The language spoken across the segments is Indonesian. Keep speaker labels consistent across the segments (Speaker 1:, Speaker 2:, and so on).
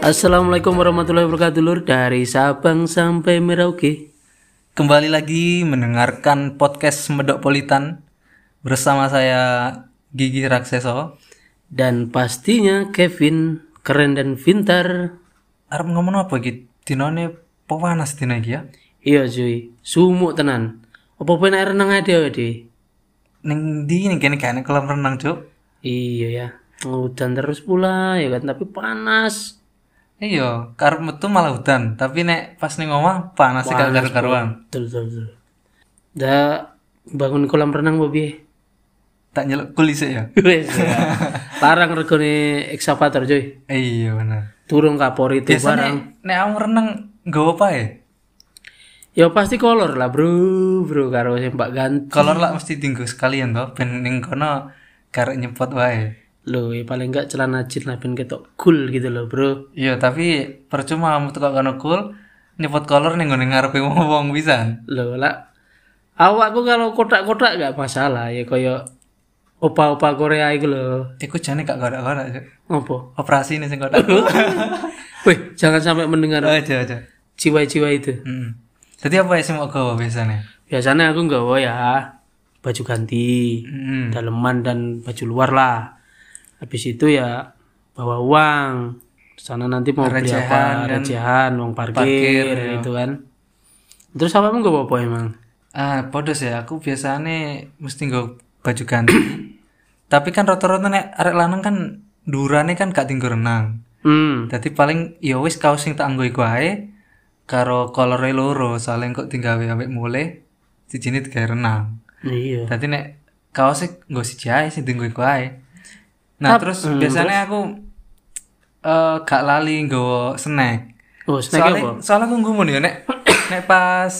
Speaker 1: Assalamualaikum warahmatullahi wabarakatuh lur dari Sabang sampai Merauke.
Speaker 2: Kembali lagi mendengarkan podcast Medok Politan bersama saya Gigi Rakseso.
Speaker 1: Dan pastinya Kevin keren dan pintar.
Speaker 2: Arab ngomong apa gitu? Dinone pewanas dina iki ya.
Speaker 1: Iya cuy, sumuk tenan. Apa pun air ya, renang ada deh.
Speaker 2: Ning di ning kene kene kolam renang, Cuk.
Speaker 1: Iya ya. Hujan terus pula ya kan tapi panas.
Speaker 2: Iya, karep metu malah hutan, tapi nek pas ning omah panas sih
Speaker 1: Panas,
Speaker 2: karo karuan.
Speaker 1: Betul betul. betul. Da bangun kolam renang bobi.
Speaker 2: Tak nyeluk kul isik ya.
Speaker 1: Wes. ya. Larang regone ekskavator cuy.
Speaker 2: Iya bener.
Speaker 1: Turun kapori itu barang.
Speaker 2: Biasanya nek aku renang nggawa apa ya?
Speaker 1: Ya pasti kolor lah bro, bro karo sempak ganti.
Speaker 2: Kolor lah mesti tinggu sekalian toh, ben ning kono karek nyepot wae.
Speaker 1: Loh, ya paling enggak celana jeans lah ben ketok cool gitu loh, Bro.
Speaker 2: Iya, tapi percuma kamu tukang kono cool nyepot kolor ning nggone ngarepe wong pisan.
Speaker 1: Loh, lah awakku kalau kotak-kotak enggak masalah ya koyo opa-opa Korea iku loh.
Speaker 2: Iku jane gak gorak-gorak, Cuk.
Speaker 1: Ngopo?
Speaker 2: Operasi nih sing kotak.
Speaker 1: Weh, jangan sampai mendengar
Speaker 2: aja aja.
Speaker 1: jiwa-jiwa itu.
Speaker 2: Heeh. Jadi apa ya sih mau gawa biasanya?
Speaker 1: Biasanya aku enggak ya baju ganti,
Speaker 2: Heeh.
Speaker 1: daleman dan baju luar lah. Habis itu ya bawa uang. Sana nanti mau beli apa? Recehan, uang parkir, gitu kan. Terus apa enggak bawa apa emang?
Speaker 2: Ah, podos ya. Aku biasanya mesti nggawa baju ganti. tapi kan rata-rata nek arek lanang kan durane kan gak tinggal renang.
Speaker 1: Hmm.
Speaker 2: Dadi paling ya wis kaos sing tak anggo iku ae karo kolore loro, soalnya kok tinggal ambek mule sijine tiga renang.
Speaker 1: Iya.
Speaker 2: Tadi nek kaosnya nggo siji ae sing dienggo iku ae. Nah, terus
Speaker 1: Hmm,
Speaker 2: biasanya aku eh gak lali nggawa snack.
Speaker 1: Oh, snack
Speaker 2: Soalnya
Speaker 1: apa?
Speaker 2: soalnya aku ngumun ya nek nek pas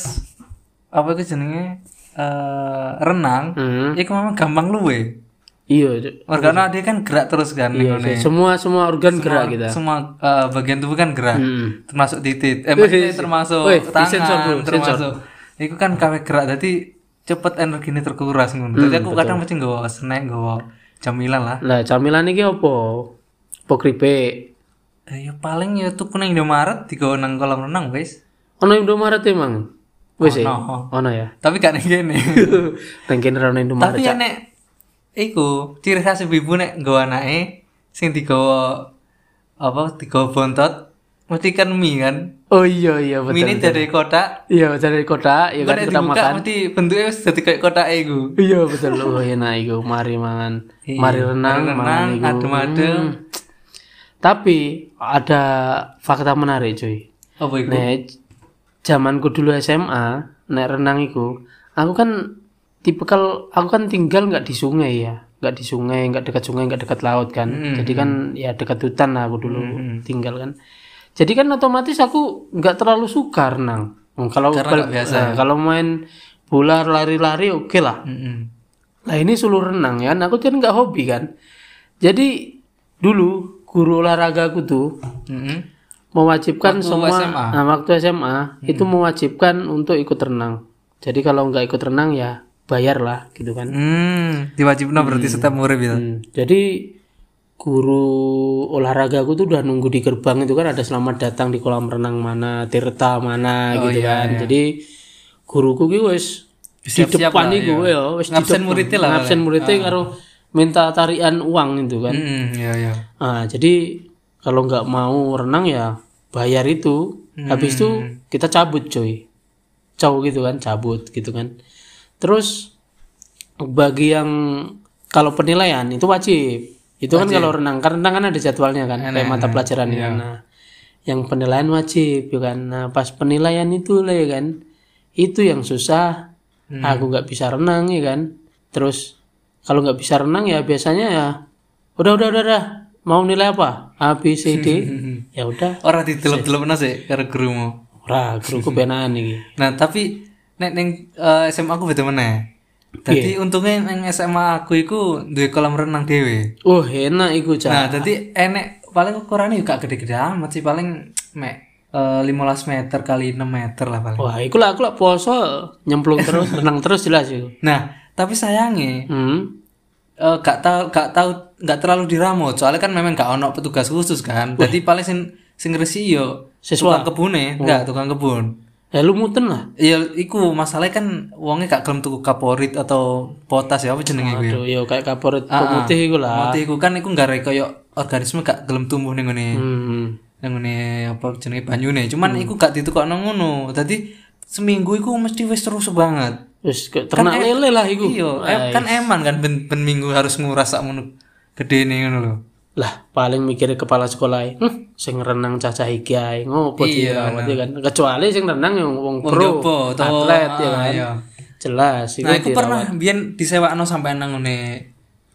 Speaker 2: apa itu jenenge eh renang,
Speaker 1: Hmm.
Speaker 2: iku memang gampang luwe.
Speaker 1: Iya, Cuk.
Speaker 2: Organo dia kan gerak terus kan ning ngone.
Speaker 1: semua semua organ gerak kita.
Speaker 2: Semua eh, bagian tubuh kan gerak.
Speaker 1: Hmm.
Speaker 2: Termasuk titik, eh maksudnya termasuk
Speaker 1: Wih,
Speaker 2: tangan,
Speaker 1: disensor, bro,
Speaker 2: termasuk. Iku kan kawe gerak dadi cepet energine terkuras ngono. Dadi
Speaker 1: Hmm,
Speaker 2: aku kadang mesti nggawa snack, nggawa camilan lah.
Speaker 1: Lah, camilan iki apa? Apa keripik?
Speaker 2: Eh, ya paling ya tuku nang Indomaret digawa nang kolam renang wis.
Speaker 1: Ono Indomaret ya, emang. Wis ya?
Speaker 2: Ono.
Speaker 1: Ono ya.
Speaker 2: Tapi gak ning kene.
Speaker 1: Nang kene ono Indomaret.
Speaker 2: Tapi ya nek iku ciri khas ibu nek nggawa anake sing digawa apa digawa bontot mesti kan mie kan.
Speaker 1: Oh iya iya betul.
Speaker 2: Mie ini dari kotak
Speaker 1: Iya, dari kota ya kan
Speaker 2: Kok
Speaker 1: kita
Speaker 2: dibuka
Speaker 1: makan.
Speaker 2: mesti bentuknya wis dadi kayak kotak e iku.
Speaker 1: Iya betul. Oh enak iku. Mari mangan. Mari renang, mangan
Speaker 2: Iya. Renang, Hmm.
Speaker 1: iku. Hmm.
Speaker 2: adem-adem.
Speaker 1: Tapi ada fakta menarik, cuy.
Speaker 2: Apa iku?
Speaker 1: Nek zamanku dulu SMA, nek renang iku, aku kan tipikal aku kan tinggal nggak di sungai ya, nggak di sungai, nggak dekat sungai, nggak dekat laut kan.
Speaker 2: Hmm,
Speaker 1: Jadi kan ya dekat hutan lah aku dulu tinggal kan. Jadi kan otomatis aku nggak terlalu suka renang. Hmm, Kalau
Speaker 2: Karena nggak biasa.
Speaker 1: eh, kalau main bola lari-lari oke lah.
Speaker 2: Mm-mm.
Speaker 1: Nah ini seluruh renang ya, aku kan nggak hobi kan. Jadi dulu guru olahragaku tuh
Speaker 2: Mm-mm.
Speaker 1: mewajibkan
Speaker 2: Waktu
Speaker 1: semua
Speaker 2: SMA?
Speaker 1: Nah, waktu SMA
Speaker 2: Hmm.
Speaker 1: itu mewajibkan untuk ikut renang. Jadi kalau nggak ikut renang ya bayar lah gitu kan.
Speaker 2: Hmm, diwajibno berarti setiap murid ya.
Speaker 1: Hmm, Jadi guru olahraga aku tuh udah nunggu di gerbang itu kan ada selamat datang di kolam renang mana, Tirta mana
Speaker 2: Oh,
Speaker 1: gitu
Speaker 2: iya,
Speaker 1: kan. Jadi guruku ki wis di
Speaker 2: Siap-siap
Speaker 1: depan
Speaker 2: lah, iya.
Speaker 1: iku ya wis di depan.
Speaker 2: Ngabsen muridnya lah, iya. Ah.
Speaker 1: Ngabsen muridnya karo minta tarian uang itu kan.
Speaker 2: Mm-mm, iya iya.
Speaker 1: Nah, jadi kalau nggak mau renang ya bayar itu. Habis itu kita cabut coy. Cow gitu kan, cabut gitu kan. Terus bagi yang kalau penilaian itu wajib. Itu kan kalau renang, karena renang kan ada jadwalnya kan, kayak mata pelajaran ya. Nah, yang penilaian wajib ya kan. Nah, pas penilaian itu lah ya kan. Itu yang susah. Aku nggak bisa renang ya kan. Terus kalau nggak bisa renang ya biasanya ya udah udah udah udah mau nilai apa A B C D ya udah
Speaker 2: Ora didelok-delokno sih karo gurumu.
Speaker 1: ora guruku benan iki
Speaker 2: Nah, tapi nek ning eh, SMA aku beda meneh. Dadi untungnya ning SMA aku iku duwe kolam renang dhewe.
Speaker 1: oh enak iku cah
Speaker 2: Nah, dadi enek paling ukurannya juga gede-gede amat sih paling mek eh, 15 meter kali 6 meter lah paling.
Speaker 1: wah iku lah aku lah poso nyemplung terus renang terus jelas iku
Speaker 2: Nah, tapi sayangnya
Speaker 1: Hmm.
Speaker 2: eh, gak tahu gak tahu gak terlalu diramut soalnya kan memang gak ono petugas khusus kan jadi paling sing sing ngresi yo
Speaker 1: Siswa.
Speaker 2: tukang kebune enggak tukang kebun
Speaker 1: Ya lu muten lah.
Speaker 2: ya iku masalahnya kan wongnya gak gelem tuku kaporit atau potas ya apa jenenge iku ya?
Speaker 1: Aduh, yo kayak kaporit pemutih iku lah.
Speaker 2: Motif iku kan iku nggare koyo organisme gak gelem tumbuh ning ngene
Speaker 1: Hmm.
Speaker 2: nang ngene apa jenenge banyune cuman iku gak ditukokno ngono dadi seminggu iku mesti wis terus banget
Speaker 1: Wis kayak ternak lele lah iku. Ah,
Speaker 2: iya em- kan eman kan ben, ben minggu harus nguras sak mono gede nih ngono lho
Speaker 1: Lah, paling mikir kepala sekolah, hm, sing renang cacah iki ae ngopo dirawat ya kan. Kecuali sing renang yang wong
Speaker 2: Wong
Speaker 1: pro,
Speaker 2: jopo, toh.
Speaker 1: atlet ya
Speaker 2: Ah,
Speaker 1: kan.
Speaker 2: iya.
Speaker 1: Jelas itu
Speaker 2: nah iku
Speaker 1: dirawat.
Speaker 2: pernah biyen disewakno sampean nang ngene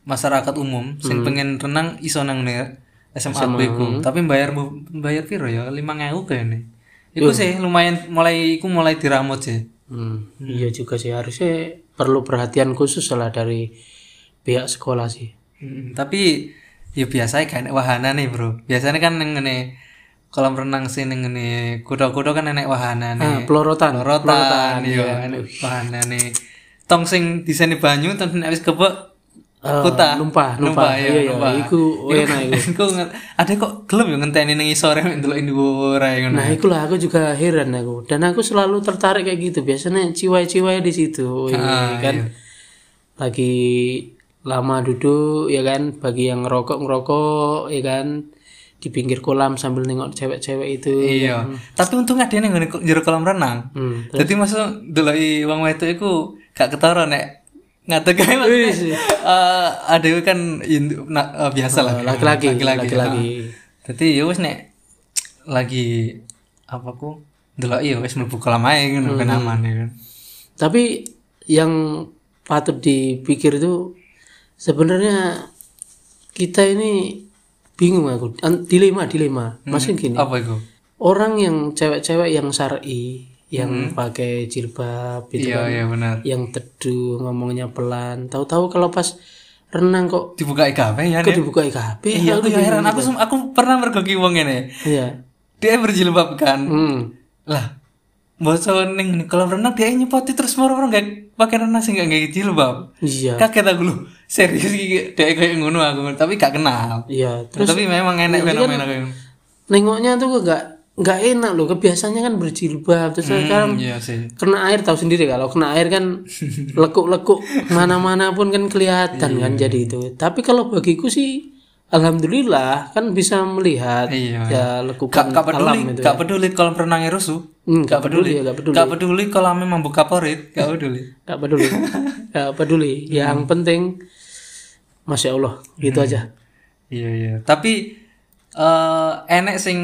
Speaker 2: masyarakat umum sing pengen renang iso nang ngene SMA, aku iku tapi bayar bu- bayar piro ya 5000 kayaknya iku sih lumayan mulai iku mulai diramut sih
Speaker 1: Hmm, iya juga sih harusnya perlu perhatian khusus lah dari pihak sekolah sih.
Speaker 2: Mm, tapi ya biasanya kan wahana nih bro biasanya kan yang ngene kolam renang sih yang ngene kuda-kuda kan enek
Speaker 1: Nah,
Speaker 2: wahana nih
Speaker 1: pelorotan.
Speaker 2: rotan iya enek wahana nih tong sing diseni banyu tong nek wis kebek
Speaker 1: Eh,
Speaker 2: kuta
Speaker 1: numpah, numpah.
Speaker 2: numpah
Speaker 1: Iya,
Speaker 2: ya
Speaker 1: iya,
Speaker 2: numpah
Speaker 1: iku enak iku.
Speaker 2: Iku nge- ada kok gelem yo ngenteni ning isore mek ndelok dhuwur ae ngono
Speaker 1: Nah, ikulah aku juga heran aku. Dan aku selalu tertarik kayak gitu. Biasanya ciwai-ciwai di situ Wih,
Speaker 2: Ah,
Speaker 1: kan.
Speaker 2: iya.
Speaker 1: Lagi lama duduk ya kan, bagi yang ngerokok-ngerokok ya kan di pinggir kolam sambil nengok cewek-cewek itu.
Speaker 2: iya tapi untung ada ning ngene jero kolam renang
Speaker 1: Hmm.
Speaker 2: Dadi maksud ndeloki wong wedok iku gak ketara nek ngadeg ae maksudnya. Eh, ada yang kan Hindu- na- eh, biasa
Speaker 1: Oh,
Speaker 2: lah.
Speaker 1: Laki-laki,
Speaker 2: Laki-laki. ya.
Speaker 1: laki-laki.
Speaker 2: Dadi ya wis nek lagi apa ku ndeloki ya wis mlebu kolam ae ngono
Speaker 1: Hmm.
Speaker 2: kan aman ya kan.
Speaker 1: Tapi yang patut dipikir itu sebenarnya kita ini bingung aku An- dilema dilema
Speaker 2: Hmm.
Speaker 1: maksudnya gini
Speaker 2: Apa iku?
Speaker 1: orang yang cewek-cewek yang syari
Speaker 2: Hmm.
Speaker 1: yang pakai jilbab gitu
Speaker 2: Iya iya benar.
Speaker 1: yang teduh ngomongnya pelan tahu-tahu kalau pas renang kok
Speaker 2: Dibuka IKP ya.
Speaker 1: kok
Speaker 2: Nek?
Speaker 1: dibuka IKB
Speaker 2: Iya aku ya heran aku sem- aku pernah mergoki wong ngene.
Speaker 1: iya
Speaker 2: Dia berjilbab kan.
Speaker 1: Hmm.
Speaker 2: Lah Boso ning ning kolam renang dia nyepoti terus moro-moro gak pakai renang sih gak gak jilbab.
Speaker 1: iya
Speaker 2: Kaget aku lu serius iki dia kayak ngono aku tapi gak kenal.
Speaker 1: iya
Speaker 2: Terus, tapi memang enak fenomena
Speaker 1: kan
Speaker 2: kayak gitu.
Speaker 1: nengoknya tuh nggak nggak enak loh kebiasaannya kan berjilbab terus sekarang
Speaker 2: Iya sih.
Speaker 1: kena air tahu sendiri kalau kena air kan lekuk-lekuk mana-mana pun kan kelihatan kan
Speaker 2: Iya.
Speaker 1: jadi itu tapi kalau bagiku sih alhamdulillah kan bisa melihat
Speaker 2: Iya,
Speaker 1: ya lekukan
Speaker 2: Gak, gak peduli,
Speaker 1: alam itu ya.
Speaker 2: gak peduli kolam renangnya rusuh.
Speaker 1: Hmm, gak peduli ya gak peduli
Speaker 2: Gak peduli kolamnya membuka porit, gak peduli.
Speaker 1: gak peduli gak peduli yang penting masya allah gitu aja
Speaker 2: Iya iya. Tapi eh enek sing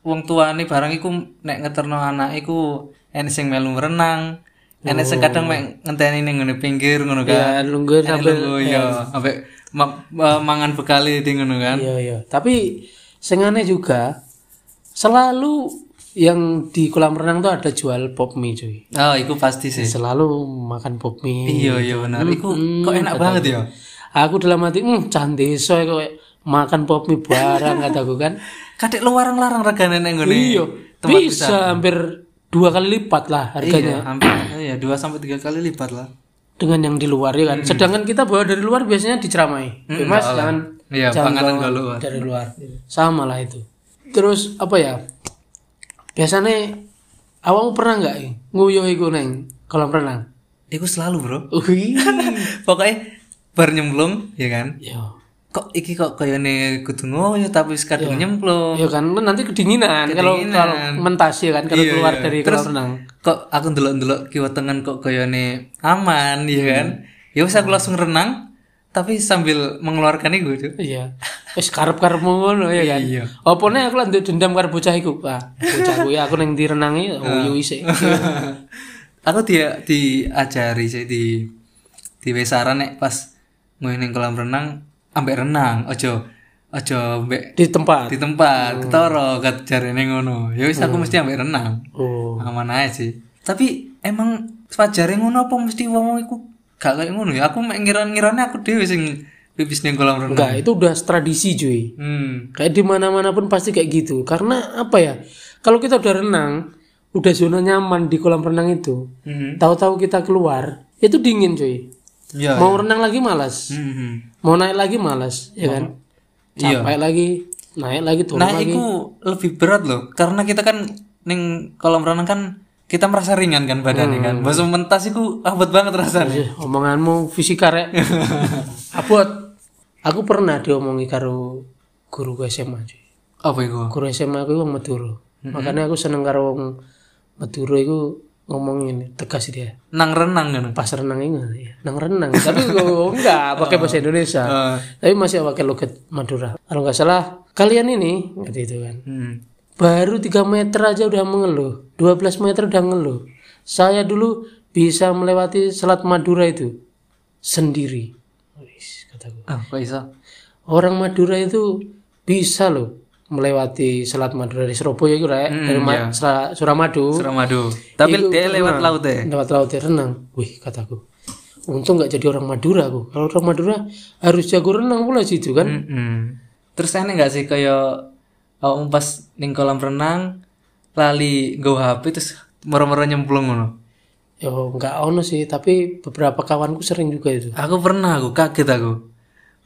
Speaker 2: wong tua nih barang iku nek ngeterno anak iku enek sing melu renang. Enek sing kadang
Speaker 1: Oh.
Speaker 2: mek ngenteni ning ngene pinggir ngono kan.
Speaker 1: ya lungguh
Speaker 2: Enek
Speaker 1: sampai
Speaker 2: lungguh, iya, sampai ma- ma- mangan bekali di ngono kan.
Speaker 1: iya iya tapi sengannya juga selalu yang di kolam renang tuh ada jual pop mie cuy
Speaker 2: Oh, iku pasti
Speaker 1: Hmm.
Speaker 2: sih.
Speaker 1: selalu makan pop mie
Speaker 2: Iya iya benar. Iku kok enak banget ya.
Speaker 1: aku dalam hati hmm cantik soalnya kok makan pop mie barang kataku kan
Speaker 2: Kadek lu larang-larang regane nek ngene.
Speaker 1: iya bisa hampir dua kali lipat lah harganya
Speaker 2: Iya, hampir iya 2 sampai 3 kali lipat lah.
Speaker 1: dengan yang di luar ya kan sedangkan kita bawa dari luar biasanya diceramai "Eh, mas jangan
Speaker 2: Iya, panganan gak lu.
Speaker 1: dari luar sama lah itu terus apa ya biasanya awakmu pernah nggak ya, nguyuh iku neng kolam renang
Speaker 2: Iku selalu, Bro.
Speaker 1: Wih.
Speaker 2: Pokoknya bar nyemplung, ya kan?
Speaker 1: Yo.
Speaker 2: Kok iki kok kayane kudu ngoyo tapi wis kadung nyemplung.
Speaker 1: Ya kan lu nanti kedinginan, kalau kalau mentas
Speaker 2: iya,
Speaker 1: ya kan kalau keluar dari kolam renang.
Speaker 2: Kok aku ndelok-ndelok kiwa tengen kok kayane aman, ya kan? Ya wis aku langsung renang tapi sambil mengeluarkan iku, Cuk.
Speaker 1: Iya. Wis karep-karepmu ngono ya kan.
Speaker 2: Iya.
Speaker 1: Opone aku lan nduk dendam karo bocah iku. Ah, bocah kuwi aku ning direnangi oh, uyu isik.
Speaker 2: aku dia diajari sih di di wesaran nek pas ngene kolam renang ambek renang ojo ojo ambek
Speaker 1: Di tempat.
Speaker 2: di tempat ketoro kat jarene ngono ya wis aku mesti ambek renang
Speaker 1: Oh.
Speaker 2: aman aja sih tapi emang pajare ngono apa mesti wong iku gak kayak ngono ya aku mek ngira-ngirane aku dhewe sing pipis ning kolam renang
Speaker 1: Enggak, itu udah tradisi cuy.
Speaker 2: hmm
Speaker 1: Kayak di mana-mana pun pasti kayak gitu. Karena apa ya? Kalau kita udah renang, udah zona nyaman di kolam renang itu.
Speaker 2: Mhm.
Speaker 1: Tahu-tahu kita keluar, itu dingin cuy.
Speaker 2: Iya.
Speaker 1: mau renang lagi malas
Speaker 2: Hmm, hmm.
Speaker 1: mau naik lagi malas ya kan capek lagi naik lagi turun
Speaker 2: Nah,
Speaker 1: lagi
Speaker 2: itu lebih berat loh, karena kita kan ning kolam renang kan kita merasa ringan kan badannya kan. Bahasa mentas itu abot banget rasanya.
Speaker 1: Eh, omonganmu fisika rek abot aku pernah diomongi karo guru SMA cuy.
Speaker 2: Apa itu?
Speaker 1: guru SMA aku wong Madura makanya aku seneng karo wong Madura iku ngomongin tegas dia
Speaker 2: Nang renang kan.
Speaker 1: pas renang ini ya. nang renang tapi gua enggak pakai bahasa Indonesia
Speaker 2: Eh,
Speaker 1: tapi masih pakai logat Madura kalau nggak salah kalian ini gitu, itu kan
Speaker 2: hmm.
Speaker 1: baru 3 meter aja udah mengeluh 12 meter udah ngeluh saya dulu bisa melewati selat Madura itu sendiri Wis, kataku.
Speaker 2: Ah, kok iso?
Speaker 1: orang Madura itu bisa loh melewati selat Madura dari Surabaya itu Rek. dari Ma- Sera- Suramadu
Speaker 2: Suramadu. Tapi dia lewat laut ya.
Speaker 1: lewat laut dia renang. Wih, kataku. Untung nggak jadi orang Madura aku. Kalau orang Madura harus jago renang pula situ
Speaker 2: Hmm.
Speaker 1: kan.
Speaker 2: Mm-mm. Terus aneh nggak sih kayak awakmu pas ning kolam renang lali go HP terus moro-moro nyemplung ngono.
Speaker 1: Yo nggak ono sih, tapi beberapa kawanku sering juga itu.
Speaker 2: Aku pernah aku kaget aku.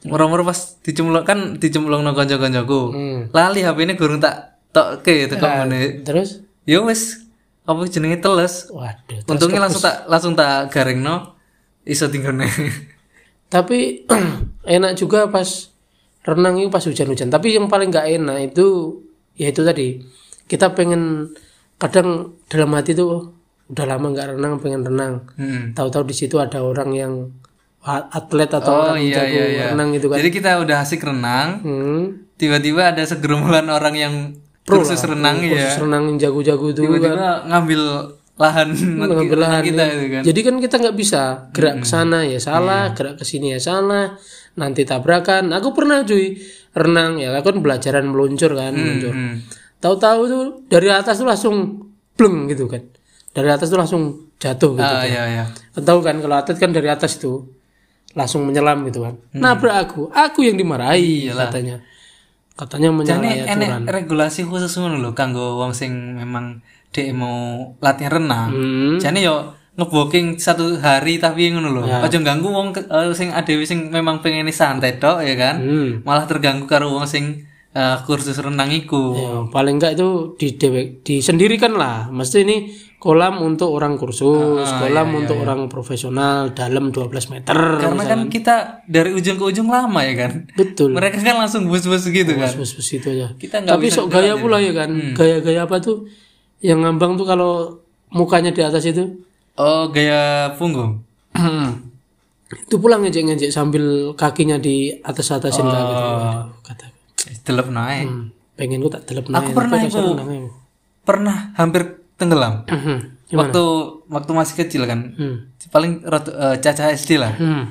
Speaker 2: Moro-moro pas dicemplung kan dicemplung no kanca-kancaku.
Speaker 1: Hmm. Iya.
Speaker 2: Lali HP ini gurung tak tokke teko meneh.
Speaker 1: Terus,
Speaker 2: Ya wis apa jenenge teles.
Speaker 1: waduh. ter-
Speaker 2: Untungnya langsung tak langsung tak garingno iso tinggone.
Speaker 1: Tapi enak juga pas renang itu pas hujan-hujan. Tapi yang paling nggak enak itu yaitu tadi kita pengen kadang dalam hati tuh oh, udah lama nggak renang pengen renang.
Speaker 2: Hmm.
Speaker 1: Tahu-tahu di situ ada orang yang atlet atau
Speaker 2: Oh
Speaker 1: orang yang
Speaker 2: iya
Speaker 1: jago
Speaker 2: iya iya.
Speaker 1: renang gitu kan.
Speaker 2: Jadi kita udah asik renang,
Speaker 1: Hmm.
Speaker 2: tiba-tiba ada segerombolan orang yang kursus renang ya
Speaker 1: Kursus renang yang jago-jago
Speaker 2: Iya,
Speaker 1: itu kan.
Speaker 2: tiba-tiba ngambil lahan
Speaker 1: Mengambil lahan
Speaker 2: kita
Speaker 1: ya.
Speaker 2: itu kan Iya.
Speaker 1: Jadi kan kita nggak bisa gerak ke sana ya salah, gerak ke sini ya salah, nanti tabrakan. Aku pernah cuy renang ya, aku kan belajaran meluncur kan, meluncur.
Speaker 2: Hmm.
Speaker 1: Tahu-tahu tuh dari atas tuh langsung bleng gitu kan. Dari atas tuh langsung jatuh gitu.
Speaker 2: ah iya iya
Speaker 1: Tahu kan kalau atlet kan dari atas tuh langsung menyelam gitu kan.
Speaker 2: Mm.
Speaker 1: Nabrak aku, aku yang dimarahi katanya. Katanya
Speaker 2: jadi
Speaker 1: menyalahi
Speaker 2: enek
Speaker 1: aturan.
Speaker 2: regulasi khusus ngono lho kanggo wong sing memang dia mau latihan renang
Speaker 1: Hmm.
Speaker 2: jadi yo ngeboking satu hari tapi ngono lho
Speaker 1: Ya.
Speaker 2: aja ganggu wong ke- eh, sing adewe sing memang pengen santai tok ya kan
Speaker 1: Hmm.
Speaker 2: malah terganggu karo wong sing eh, kursus renang iku
Speaker 1: Ya, paling enggak itu di dewek- disendirikan lah. Mesti ini kolam untuk orang kursus,
Speaker 2: Ah,
Speaker 1: kolam
Speaker 2: iya,
Speaker 1: untuk orang profesional dalam 12 meter.
Speaker 2: karena kan kita dari ujung ke ujung lama ya kan
Speaker 1: Betul.
Speaker 2: mereka kan langsung bus-bus gitu kan
Speaker 1: Bus-bus itu aja.
Speaker 2: kita nggak
Speaker 1: Tapi sok gaya pula ya kan.
Speaker 2: Hmm.
Speaker 1: Gaya-gaya apa tuh? Yang ngambang tuh kalau mukanya di atas itu
Speaker 2: oh gaya punggung Hmm.
Speaker 1: itu pula ngejek-ngejek sambil kakinya di
Speaker 2: Oh.
Speaker 1: atas-atasin kayak gitu. Aduh, kata
Speaker 2: delep naik
Speaker 1: hmm, pengen gue tak delep naik.
Speaker 2: pernah
Speaker 1: Tapi
Speaker 2: itu. Hmm.
Speaker 1: dasar renang ya.
Speaker 2: pernah hampir tenggelam
Speaker 1: Mhm.
Speaker 2: waktu waktu masih kecil kan
Speaker 1: Hmm.
Speaker 2: paling rot- eh, caca SD lah
Speaker 1: Hmm.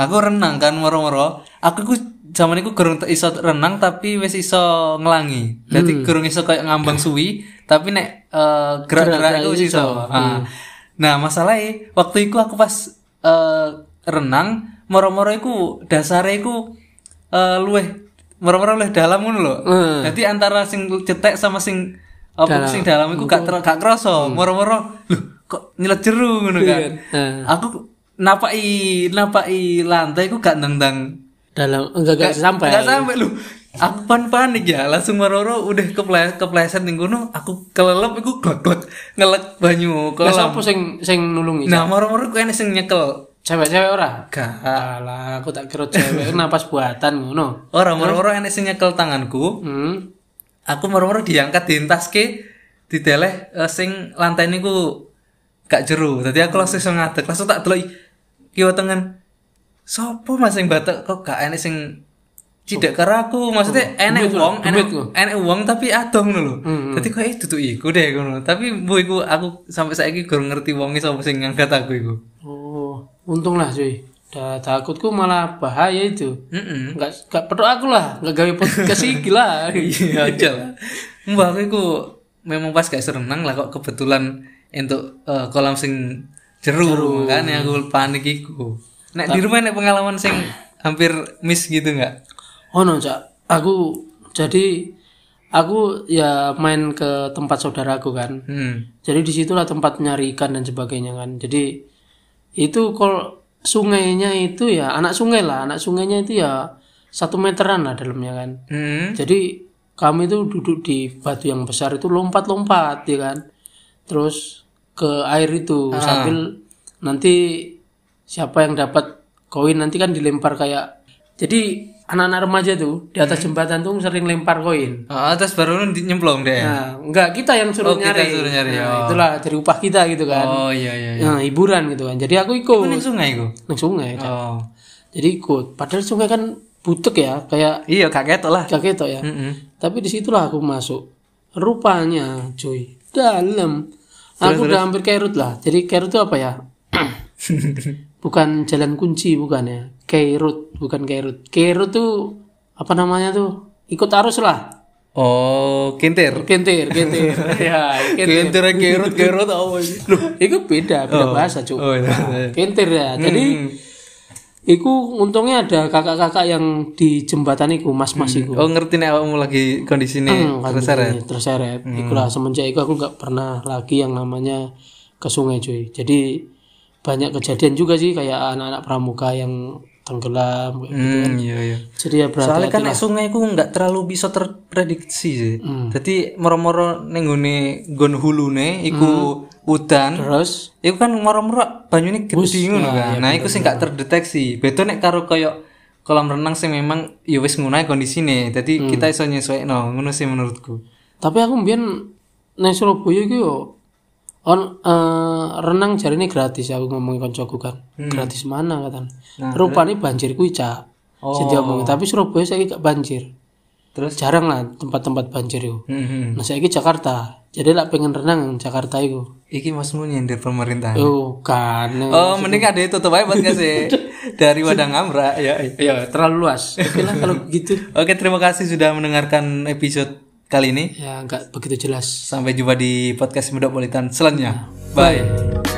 Speaker 2: aku renang kan moro-moro aku ku zaman iku gerung te- iso renang tapi wis iso ngelangi jadi gerung iso kayak ngambang suwi tapi nek eh, gerak-gerak iku wis iso Ah. nah masalahnya waktu itu aku pas eh, renang moro-moro iku dasare iku eh, luweh moro-moro luweh dalam ngono lho jadi antara sing cetek sama sing apa sing dalam Hmm. iku gak ter- gak kroso moro-moro lho kok nyelet jeru ngono kan
Speaker 1: Nah,
Speaker 2: aku napai napai lantai aku gak nendang
Speaker 1: dalam enggak enggak sampai.
Speaker 2: gak sampai lu aku pan panik ya langsung meroro udah keple kepleset ning kono aku kelelep aku glek glek ngelek banyu
Speaker 1: Lah
Speaker 2: kolam
Speaker 1: sapa sing sing nulungi?
Speaker 2: nah moro-moro ku enek sing nyekel
Speaker 1: Cewek-cewek ora?
Speaker 2: gak
Speaker 1: Alah, aku tak kira cewek napas buatan ngono.
Speaker 2: orang moro-moro enek sing nyekel tanganku
Speaker 1: Hmm.
Speaker 2: aku moro-moro diangkat diintaske dideleh eh, sing lantai niku gak jeru tadi aku langsung iso ngadeg langsung tak delok kiwa tengen sopo mas sing batuk kok gak enek sing cidak karo aku maksudnya enek wong enek enek wong tapi adong lho dadi koyo eh duduk iku deh ngono tapi mbuh iku aku sampai saiki gurung ngerti wonge sapa sing ngangkat aku iku
Speaker 1: Oh, untunglah cuy. Da, takutku malah bahaya itu.
Speaker 2: heeh
Speaker 1: Enggak enggak perlu aku lah, enggak gawe podcast iki lah.
Speaker 2: iya aja lah mbak aku iku memang pas gak serenang lah kok kebetulan untuk eh, kolam sing jeru, kan yang aku panik iku nek di rumah nek pengalaman sing hampir miss gitu nggak
Speaker 1: Oh no, Cak. Aku jadi aku ya main ke tempat saudaraku kan.
Speaker 2: hmm.
Speaker 1: Jadi disitulah tempat nyari ikan dan sebagainya kan. Jadi itu kalau sungainya itu ya anak sungai lah anak sungainya itu ya satu meteran lah dalamnya kan
Speaker 2: Hmm.
Speaker 1: jadi kami itu duduk di batu yang besar itu lompat-lompat ya kan terus ke air itu sambil nanti siapa yang dapat koin nanti kan dilempar kayak jadi anak-anak remaja tuh di atas jembatan tuh sering lempar koin
Speaker 2: Ah, terus baru lu di- nyemplung deh.
Speaker 1: nah enggak kita yang suruh
Speaker 2: Iya. Oh, kita
Speaker 1: nyari,
Speaker 2: suruh nyari,
Speaker 1: Nah,
Speaker 2: oh.
Speaker 1: itulah dari upah kita gitu kan
Speaker 2: Oh iya iya. iya.
Speaker 1: nah, hiburan gitu kan jadi aku
Speaker 2: Itu
Speaker 1: ikut
Speaker 2: nih sungai iku.
Speaker 1: Nang sungai
Speaker 2: Oh.
Speaker 1: jadi ikut padahal sungai kan butek ya kayak
Speaker 2: Iya kaget lah.
Speaker 1: kaget toh ya
Speaker 2: Mm-mm.
Speaker 1: Tapi disitulah aku masuk. Rupanya, cuy, dalam. Aku udah hampir kerut lah. Jadi kerut itu apa ya? bukan jalan kunci, bukan ya. Kerut, bukan kerut. Kerut tuh apa namanya tuh? Ikut arus lah.
Speaker 2: Oh, kintir.
Speaker 1: Kentir, kentir. ya, kentir.
Speaker 2: Kintir kerut kerut apa sih?
Speaker 1: Itu beda, beda bahasa, cuy.
Speaker 2: Oh, iya.
Speaker 1: Kentir ya. Jadi
Speaker 2: Hmm.
Speaker 1: Iku untungnya ada kakak-kakak yang di jembatan iku, mas-mas iku.
Speaker 2: Oh ngerti nih awakmu lagi kondisi nih
Speaker 1: Kan
Speaker 2: Hmm. terseret. Hmm.
Speaker 1: begini, terseret. Ikulah semenjak itu aku nggak pernah lagi yang namanya ke sungai cuy. Jadi banyak kejadian juga sih kayak anak-anak pramuka yang tenggelam. kayak-
Speaker 2: Hmm, iya iya.
Speaker 1: Jadi ya berarti
Speaker 2: Soalnya kan nek sungai ku nggak terlalu bisa terprediksi sih.
Speaker 1: Hmm.
Speaker 2: Jadi moro-moro ning gone gon hulune iku
Speaker 1: Hmm.
Speaker 2: udan.
Speaker 1: terus
Speaker 2: Iku kan moro-moro banyune gede ngono
Speaker 1: iya
Speaker 2: kan. nah, iku sing gak terdeteksi. Beda nek karo koyo kolam renang sing memang ya wis ngono ae kondisine. Dadi
Speaker 1: Hmm.
Speaker 2: kita iso nyesuaikno ngono sih menurutku.
Speaker 1: tapi aku mbien nang Surabaya iki yo on eh, renang jari ini gratis aku ngomongin koncoku kan.
Speaker 2: Hmm.
Speaker 1: Gratis mana katan.
Speaker 2: Nah,
Speaker 1: Rupanya banjir kuwi cak. Jadi omongin tapi Surabaya saya gak banjir.
Speaker 2: Oh. Terus
Speaker 1: Jarang lah tempat-tempat banjir itu.
Speaker 2: Mhm.
Speaker 1: Nah, saiki Jakarta. Jadi lah pengen renang nang Jakarta iku.
Speaker 2: iki masmu nyindir pemerintah.
Speaker 1: Oh, kan.
Speaker 2: Oh, mending ada itu tuh aja podcast sih. dari Wadang Amra ya.
Speaker 1: Ya, terlalu luas. Oke lah kalau begitu.
Speaker 2: Oke, terima kasih sudah mendengarkan episode kali ini.
Speaker 1: Ya, nggak begitu jelas.
Speaker 2: Sampai jumpa di podcast Metropolitan selanjutnya. Bye.